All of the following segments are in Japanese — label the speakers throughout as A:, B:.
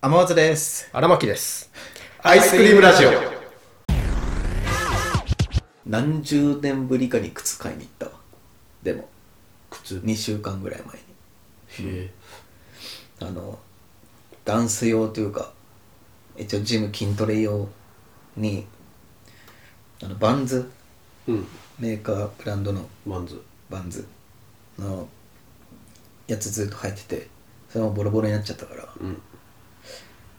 A: 天松です
B: 荒牧です。
A: アイスクリームラジオ
C: 何十年ぶりかに靴買いに行ったわでも
B: 靴
C: 2週間ぐらい前に
B: へ
C: あのダンス用というか一応ジム筋トレ用にあのバンズ
B: うん。
C: メーカーブランドの
B: マンズ。
C: バンズのやつずっと入っててそれもボロボロになっちゃったから
B: うん。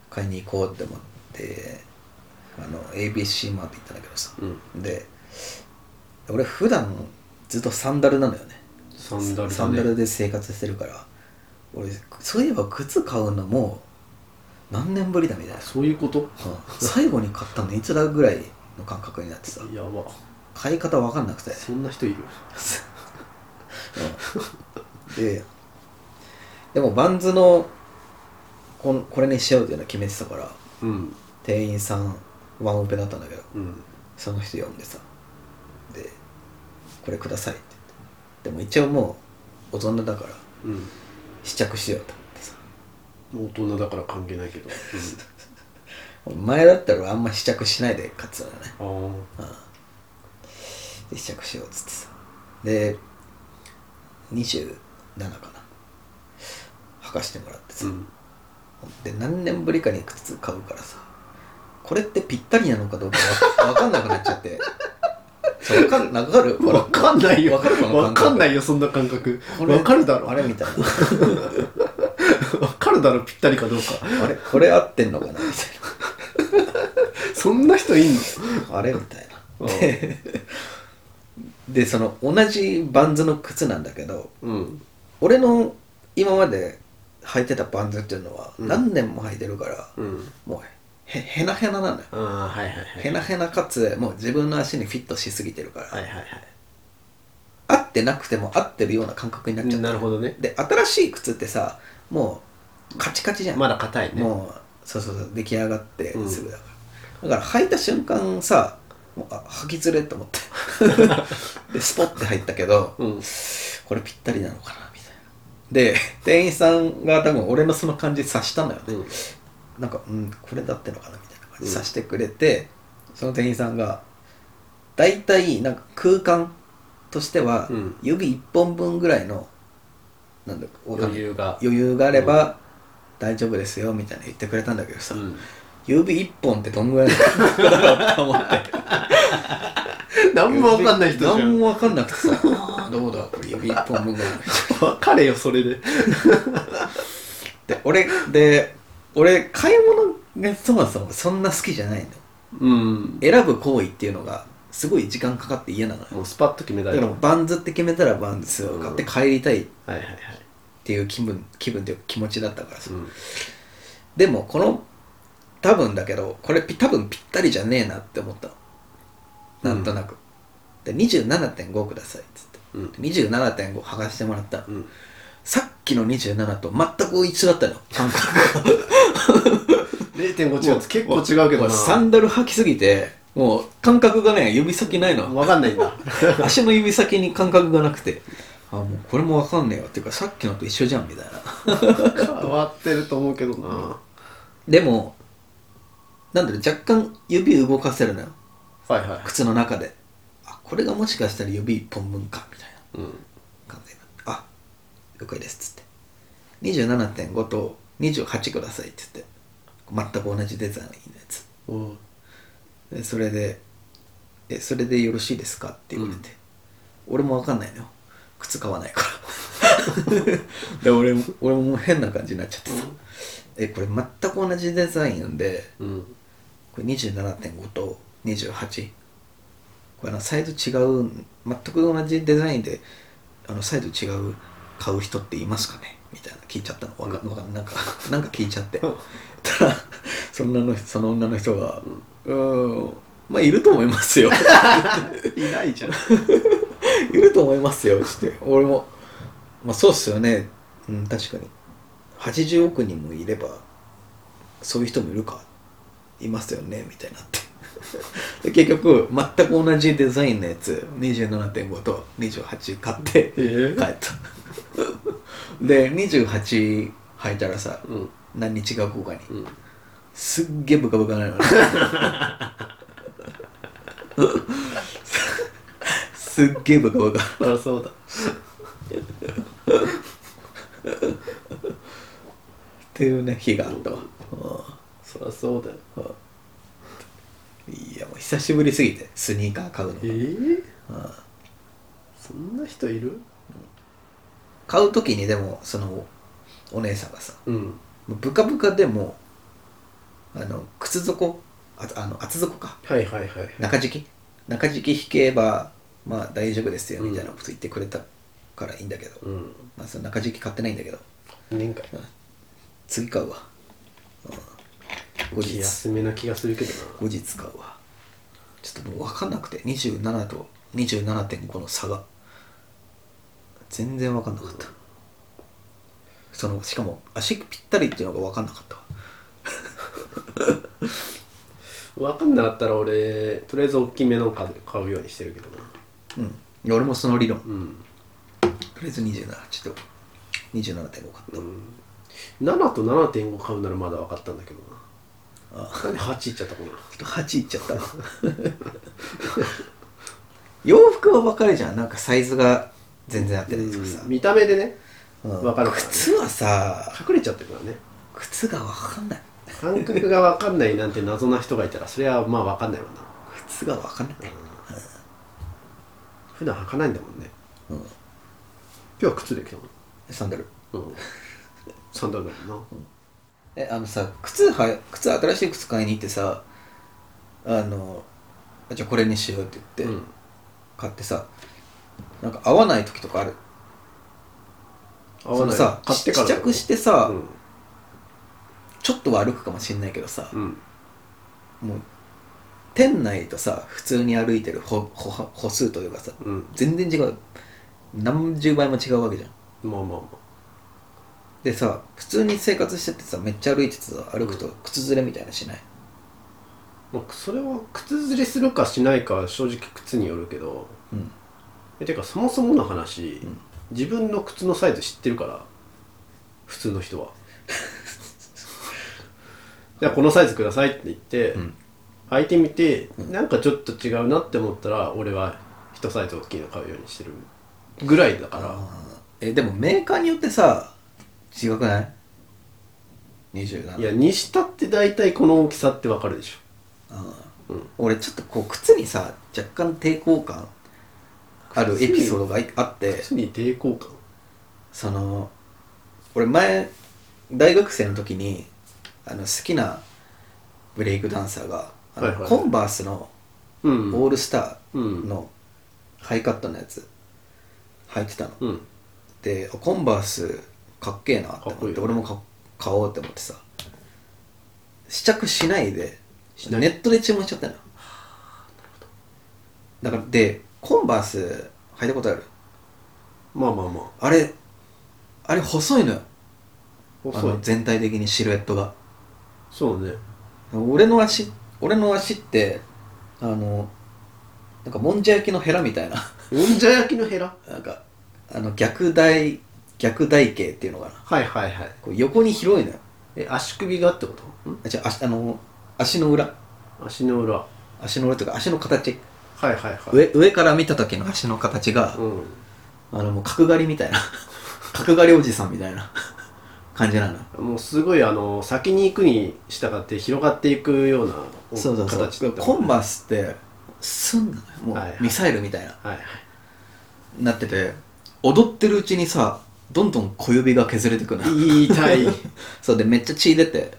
C: 買いに行こうって思ってあの ABC マート行ったんだけどさ、
B: うん。
C: で俺普段ずっとサンダルなのよね
B: サンダルだね。
C: サンダルで生活してるから俺そういえば靴買うのもう何年ぶりだみたいな、
B: そういうこと
C: うん最後に買ったのいつだぐらいの感覚になってさ
B: やば。
C: 買い方分かんなくて、
B: そんな人いる
C: うんででもバンズのこんこれにしようっていうのは決めてたから
B: うん。
C: 店員さんワンオペだったんだけど
B: うん。
C: その人呼んでさで「これください」って言ってでも一応もう大人だから
B: うん。
C: 試着しようと思ってさ
B: もう大人だから関係ないけど。
C: 前だったらあんま試着しないで買ってたのね
B: うん。
C: で試着しようっつってさで27かな履かしてもらって
B: ああ。う
C: さ、
B: ん。
C: で何年ぶりかに靴買うからさこれってぴったりなのかどうかわわかんなくなっちゃってそうわかんなかる
B: わかんないよ。
C: わかるこの
B: わ
C: 感覚
B: かんないよ、そんな感覚。
C: これ
B: わかるだろ。
C: あれみたいな
B: わかるだろ、ぴったりかどうか。
C: あれこれ合ってんのかなみたい
B: そんな人いんの
C: なあれみたいな
B: うん
C: ででその同じバンズの靴なんだけど
B: うん。
C: 俺の今まで履いてたバンズっていうのは
B: うん
C: 何年も履いてるから、
B: うん。
C: もうへへなへななのよ
B: ああ、はいはいはい。
C: へなへなかつもう自分の足にフィットしすぎてるから、
B: はいはいはい。
C: 合ってなくても合ってるような感覚になっちゃって
B: なるほどね。
C: で新しい靴ってさもうカチカチじゃん、
B: まだ硬いね。
C: もうそうそうそう出来上がって
B: うん
C: すぐだから、だから履いた瞬間さもうあ履きずれと思って でスポッて入ったけど
B: うん。
C: これぴったりなのかなみたいなで店員さんが多分俺のその感じ察したのよね、
B: うん。
C: なんか、うん、これだってのかなみたいな感じ
B: うん
C: でさしてくれて、その店員さんが大体なんか空間としては
B: うん
C: 指1本分ぐらいのなんだかわかんな
B: 余
C: い
B: 裕が。
C: 余裕があれば大丈夫ですよみたいな言ってくれたんだけどさ、
B: うん。
C: 指1本ってどんぐらいの感覚だろうと思って
B: なん もわかんない人じゃん。
C: 何もわかんなくてさあーどうだこれ指1本分ぐらい
B: わかれよそれで
C: で俺で俺買い物がそもそもそんな好きじゃないの
B: うん
C: 選ぶ行為っていうのがすごい時間かかって嫌なのよ
B: もうスパッと決めた
C: だ
B: い
C: から
B: はい
C: もうバンズって決めたらバンズを買って帰りたいっ
B: はいはい
C: ていう気分気分というか気持ちだったからさ、
B: うん
C: でもこの多分だけどこれぴ多分ぴったりじゃねえなって思ったのなんとなく、で27.5くださいっつって
B: うん
C: 27.5剥がしてもらったの、
B: うん
C: さっきの27と全く一緒だったの感覚
B: 0.5違う結構違うけどな
C: サンダル履きすぎてもう感覚がね指先ないの
B: わかんないんだ
C: 足の指先に感覚がなくてあもうこれもわかんねえよっていうかさっきのと一緒じゃんみたいな
B: 変わってると思うけどな
C: でも、なんだろう、若干指動かせるのよ。
B: はいは
C: 靴の中で。あ、これがもしかしたら指1本分か、みたいない
B: うん
C: 感じになって。あ、了解です、つって。27.5と28ください、って言って。全く同じデザインのやつ。
B: おう
C: でそれで、え、それでよろしいですかって言われて。俺もわかんないのよ。靴買わないから。で、俺も、俺ももう変な感じになっちゃってさ。え、これ全く同じデザインで、
B: うん
C: これ27.5と28これあのサイズ違う全く同じデザインであのサイズ違う買う人っていますかねみたいな聞いちゃったのわかわかんなんか なんか聞いちゃってた
B: うん
C: らその女のその女の人が「うーんまあいると思いますよ
B: いないじゃん
C: いると思いますよ」って俺も「まあそうっすよねうん確かに80億人もいればそういう人もいるかいますよね」みたいになってで結局全く同じデザインのやつ27.5と28買って
B: え
C: 帰ったで28履いたらさ
B: うん
C: 何日か後かに
B: うん
C: すっげえブカブカになりましたすっげえブカブカ
B: あそうだ
C: っていうね日があったわ、
B: そりゃそうだよ
C: うんいやもう久しぶりすぎてスニーカー買うの
B: ええ
C: あ
B: そんな人いる
C: 買う時にでもそのお姉さんがさ
B: うん
C: もうブカブカでもあの靴底ああの厚底か
B: はいはいはい
C: 中敷き中敷き引けばまあ大丈夫ですよ
B: うん
C: みたいなこと言ってくれたからいいんだけど、
B: うん
C: まあ、その中敷き買ってないんだけど
B: 年間
C: 次買うわ、うん、後
B: 気
C: 日
B: 休めな気がするけど
C: 後日買うわちょっともう分かんなくて27と27.5の差が全然分かんなかったそのしかも足ぴったりっていうのが分かんなかったわ
B: な分かんなかったら俺とりあえず大きめの買う買うようにしてるけどな
C: うんいや俺もその理論
B: うん、
C: とりあえず27ちょっと27.5か
B: うん、7と7.5買うならまだ分かったんだけどな
C: あ
B: なんで8いっちゃったかな
C: ちょっと8いっちゃったわ洋服は分かるじゃんなんかサイズが全然合ってないとかさ
B: うん、見た目でね
C: うん
B: 分かるからね
C: 靴はさ
B: 隠れちゃってるからね
C: 靴が分かんない
B: 感覚が分かんないなんて謎な人がいたらそれはまあ分かんないわな
C: 靴が分かんない、
B: 普段履かないんだもんね
C: うん、
B: 今日は靴で来たもん、
C: サンダル
B: うん、サンダルだもんな
C: えあのさ靴は靴新しい靴買いに行ってさあのじゃあこれにしようって言って
B: うん
C: 買ってさ、なんか合わない時とかある
B: 合わない
C: そのさ
B: 買ってから
C: 試
B: だ
C: 着してさ、
B: うん
C: ちょっとは歩くかもしんないけどさ、
B: うん
C: もう店内とさ普通に歩いてる歩歩歩数というかさ
B: うん
C: 全然違う何十倍も違うわけじゃん
B: まあまあま
C: でさ普通に生活しててさめっちゃ歩いててさ歩くと靴ずれみたいなのしない
B: あ、まあ、それは靴ずれするかしないかは正直靴によるけど
C: うん
B: えてかそもそもの話、
C: ん
B: 自分の靴のサイズ知ってるから普通の人は じゃあこのサイズくださいって言って、
C: うん
B: 履いてみて、なんかちょっと違うなって思ったら俺は一サイズ大きいの買うようにしてるぐらいだから
C: あーえでもメーカーによってさ違くない
B: い
C: ?27
B: やにしたって大体この大きさってわかるでし
C: あー
B: ょ、うん、
C: 俺ちょっとこう靴にさ若干抵抗感あるエピソードがいあって
B: 靴に抵抗感
C: その俺前大学生の時にあの好きなブレイクダンサーがあの
B: はいはいはい
C: コンバースの
B: うん
C: オールスタ
B: うん
C: ーのハイカットのやつ履いてたの
B: うん
C: であコンバースかっけえなって思
B: かっこい
C: っ
B: い
C: て
B: よ
C: 俺もか買おうって思ってさ試着しないで
B: しない
C: ネットで注文しちゃったのだからでコンバース履いたことある
B: まあまあまあ
C: あれあれ細いのよあ
B: 細い
C: の全体的にシルエットが
B: そうね
C: 俺の足俺の足ってあのなんかもんじゃ焼きのヘラみたいな
B: もんじゃ焼きのヘラ
C: なんかあの逆台逆台形っていうのかな
B: はいはいはい
C: こう横に広いのよ
B: え足首がってことん
C: あ違う足あの足の裏
B: 足の裏は
C: 足の裏というか足の形
B: いはいはい
C: 上上から見た時の足の形が、
B: うん
C: あのもう角刈りみたいな 角刈りおじさんみたいな感じなの
B: もうすごいあの先に行くに従って広がっていくようなお
C: そうそう
B: 形
C: そ
B: だ
C: う
B: った
C: コン
B: は
C: バースってすんなのよも
B: はいはいう
C: ミサイルみたいない
B: はい
C: なってて踊ってるうちにさどんどん小指が削れてくの
B: 言いたい、
C: そうでめっちゃ血出て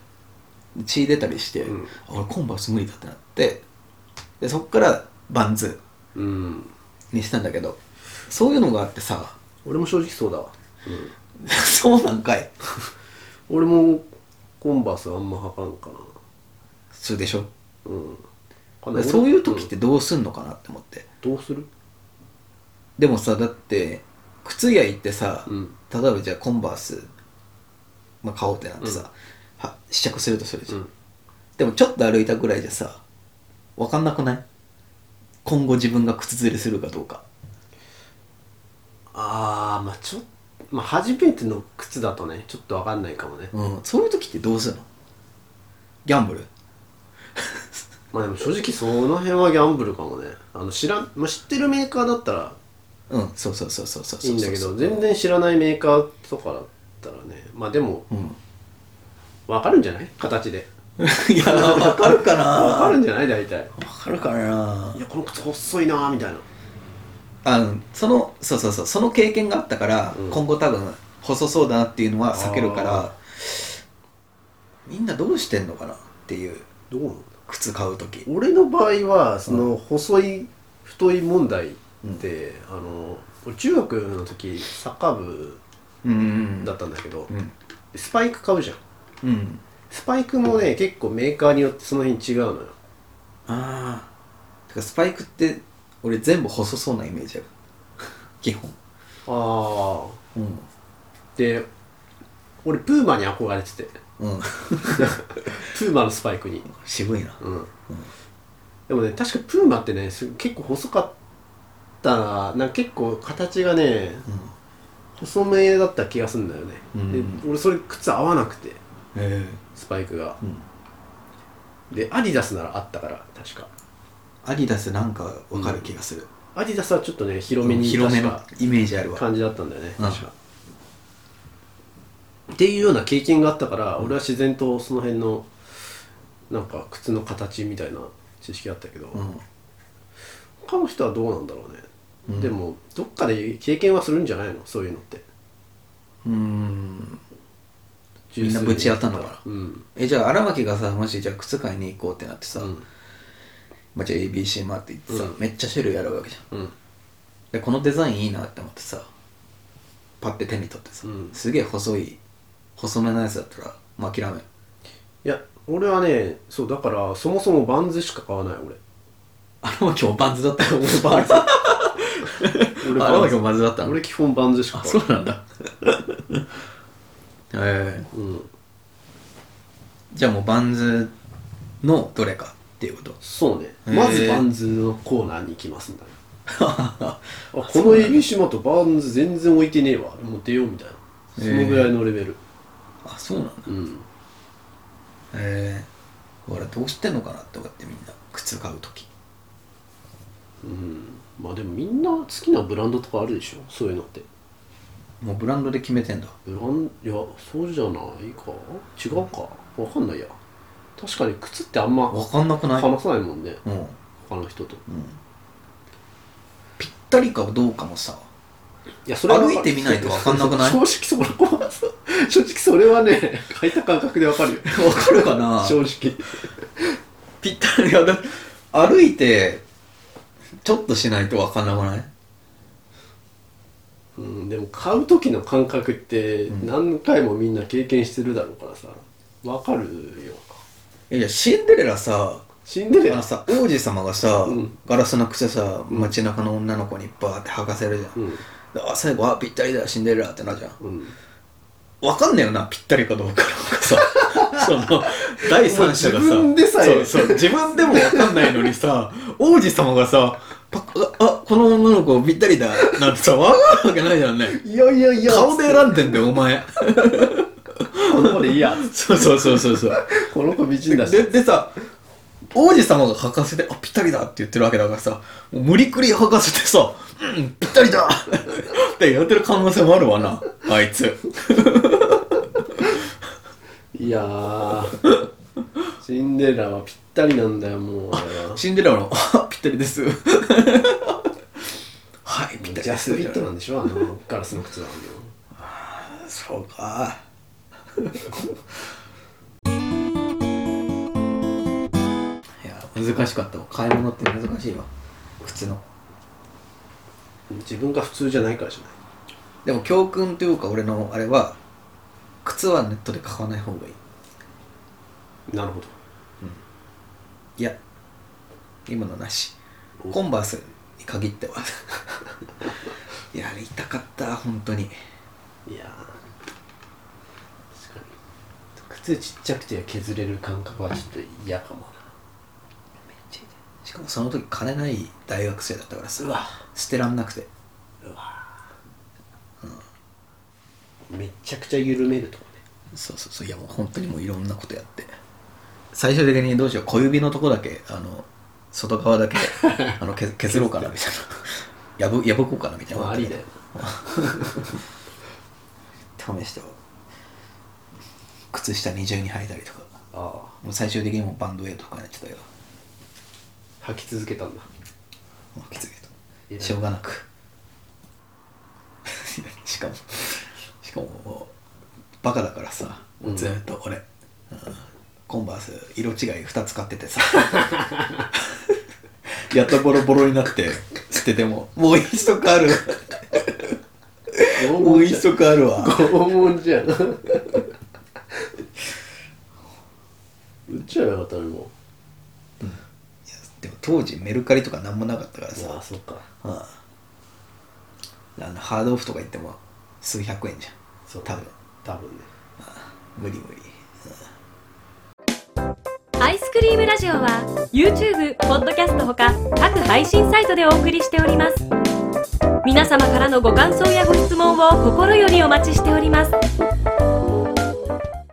C: 血出たりして、
B: うん
C: あ俺コンバース無理だってなってでそっからバンズ
B: うん、
C: にしたんだけどそういうのがあってさ
B: 俺も正直そうだわ、うん、
C: そうなんかい
B: 俺もコンバースあんま履かんかな
C: そうでしょ
B: うんか
C: で
B: な
C: そういう時ってどうすんのかなって思って
B: うんどうする
C: でもさだって靴屋行ってさ、
B: うん
C: 例えばじゃあコンバース、まあ、買おうってなってさ、は試着するとするじゃ
B: う
C: ん、
B: ん
C: でもちょっと歩いたぐらいじゃさ分かんなくない今後自分が靴ずれするかどうか
B: ああまあちょっとまあ、初めての靴だとねちょっとわかんないかもね
C: うん、そういう時ってどうするのギャンブル
B: まあでも正直その辺はギャンブルかもねあの知らん、まあ、知ってるメーカーだったら
C: うんそうそうそうそうそう
B: い
C: そう
B: い
C: い
B: んだけど全然知らないメーカーとかだったらねまあでも
C: うん
B: わかるんじゃない形で
C: いやわかるかな
B: わかるんじゃない大体
C: わかるかない
B: やこの靴細いなーみたいな
C: あのそのそうそうそうその経験があったから、
B: うん
C: 今後多分細そうだなっていうのは避けるからみんなどうしてんのかなっていう
B: どう思う
C: 靴買う時
B: 俺の場合はその細い太い問題って、あの俺中学の時サッカー部
C: うんうん
B: だったんだけど、
C: うん
B: スパイク買うじゃん
C: うん
B: スパイクもね結構メーカーによってその辺違うのよ
C: ああてかスパイクって俺全部細そうなイメージある 基本
B: あ
C: うん
B: あで俺プーマに憧れてて
C: うん
B: プーマのスパイクに
C: 渋いな
B: うん、でもね確かプーマってねす結構細かったななんか結構形がね
C: う
B: 細めだった気がするんだよね、
C: うん
B: で俺それ靴合わなくて
C: んへえ
B: スパイクが
C: うん
B: でアディダスならあったから確か
C: アディダスなんかわかる気がする、
B: アディダスはちょっとね広めに
C: 広め
B: 確
C: の
B: か
C: イメージあるわ
B: 感じだったんだよね
C: うん
B: 確か、っていうような経験があったから、俺は自然とその辺のなんか靴の形みたいな知識あったけど、
C: うん
B: 他の人はどうなんだろうね、
C: うん
B: でもどっかで経験はするんじゃないのそういうのって
C: うーんみんなぶち当たんのかな
B: うん、
C: えじゃあ荒牧がさもしじゃあ靴買いに行こうってなってさ、
B: うん
C: まあ、じゃあ ABC マーって行ってさ、
B: うん
C: めっちゃ種類あるわけじゃん
B: うん、
C: でこのデザインいいなって思ってさパッて手に取ってさ、
B: うん
C: すげえ細い細めのやつだったらもう諦める
B: いや俺はねそうだからそもそもバンズしか買わない 俺
C: 荒牧もバンズだったよ
B: バンズ
C: 荒
B: 俺バン
C: 牧
B: ズ
C: もバンズだったの
B: 俺基本バンズしか
C: あ
B: 買
C: そ
B: わな
C: うなんだ え
B: い、うん、
C: ー、じゃあもうバンズのどれかっていうこと
B: そうね
C: へー
B: まずバンズのコーナーに行きますみたい
C: あ
B: なあこの指島とバンズ全然置いてねえわもう出ようみたいな
C: へ
B: そ
C: ー
B: のぐらいのレベル、
C: そうなんだ
B: うん
C: ええ俺どうしてんのかなとかってみんな靴買う時
B: うんまあでもみんな好きなブランドとかあるでしょそういうのって
C: もうブランドで決めてんだ
B: ブランいやそうじゃないか違うかわかんないや確かに靴ってあんま
C: わかんなくない
B: 話さないもんね
C: うん、うん、
B: 他の人と
C: ぴったりかどうかもさ
B: いやそは
C: 歩いてみないとわかんなくない
B: 正直そこは正直それはね 履いた感覚でわかるよ
C: わかるか な
B: 正直
C: ぴったりやだ歩いてちょっとしないとわかんなくない
B: うん、でも買う時の感覚って
C: うん
B: 何回もみんな経験してるだろうからさわかるよ
C: いやシンデレラさ
B: シンデレ
C: あ
B: ラ
C: のさ王子様がさ、
B: うん
C: ガラスの靴さ街中の女の子にバーって履かせるじゃん、
B: うん
C: であ最後あぴったりだシンデレラってなるじゃん
B: うん
C: わかんないよなぴったりかどうかさその第三者がさ
B: 自分でさえ
C: そうそう自分でもわかんないのにさ王子様がさパッああこの女の子ぴったりだなんてさわかるわけないじゃんね
B: いやいやいや
C: 顔で選んでんだよお前
B: この子でいいや
C: そうそうそうそうそう
B: この子美人だし
C: ででさ王子様が履かせてあぴったりだって言ってるわけだからさもう無理くり履かせてさうんぴったりだってやってる可能性もあるわなあいつ
B: いやーシンデレラはぴったりなんだよもうあれは
C: シンデレラの、 あぴったりです。はい、ぴったりで
B: ジャス
C: す。
B: フィットなんでしょあのガラスの靴なんだよ
C: そうか。いや、難しかったわ。買い物って難しいわ。靴の。
B: 自分が普通じゃないからじゃない
C: でも教訓というか、俺のあれは、靴はネットで買わない方がいい。
B: なるほど
C: いや、今のなし。コンバースに限っては。 やりたかった、本当に。
B: いやー確かに靴ちっちゃくて削れる感覚はちょっと嫌かもな
C: しかもその時金ない大学生だったからさ
B: うわ
C: 捨てらんなくて
B: うわめちゃくちゃ緩めるとかね
C: そうそうそういやもう本当にもういろんなことやって最終的にどうしよう小指のとこだけあの外側だけあのけ削ろうかなみたいな破破こうかなみたいな
B: まあありだよ
C: 試しては靴下二重に履いたりとか
B: あ
C: もう最終的にもうバンドエイドとかになっちゃったよ
B: あ履き続けたんだ
C: もうきつい
B: 偉い
C: としょうがなく しかもしかももうバカだからさ、
B: うん
C: ずーっと俺、うんコンバース色違い2つ買って てさやっとボロボロになって捨ててももう一足ある
B: 拷
C: もう
B: 問じ
C: 一
B: ゃん
C: 足ある わ
B: 拷問じゃん うちはよかったねも
C: いやでも当時メルカリとか何もなかったから
B: うあ
C: さ
B: あ、そっか
C: うん、あのハードオフとか行っても数百円じゃ
B: そ
C: ん
B: う
C: 多分
B: 多分ね
C: 無理無理
D: アイスクリームラジオは YouTube、ポッドキャストほか各配信サイトでお送りしております皆様からのご感想やご質問を心よりお待ちしております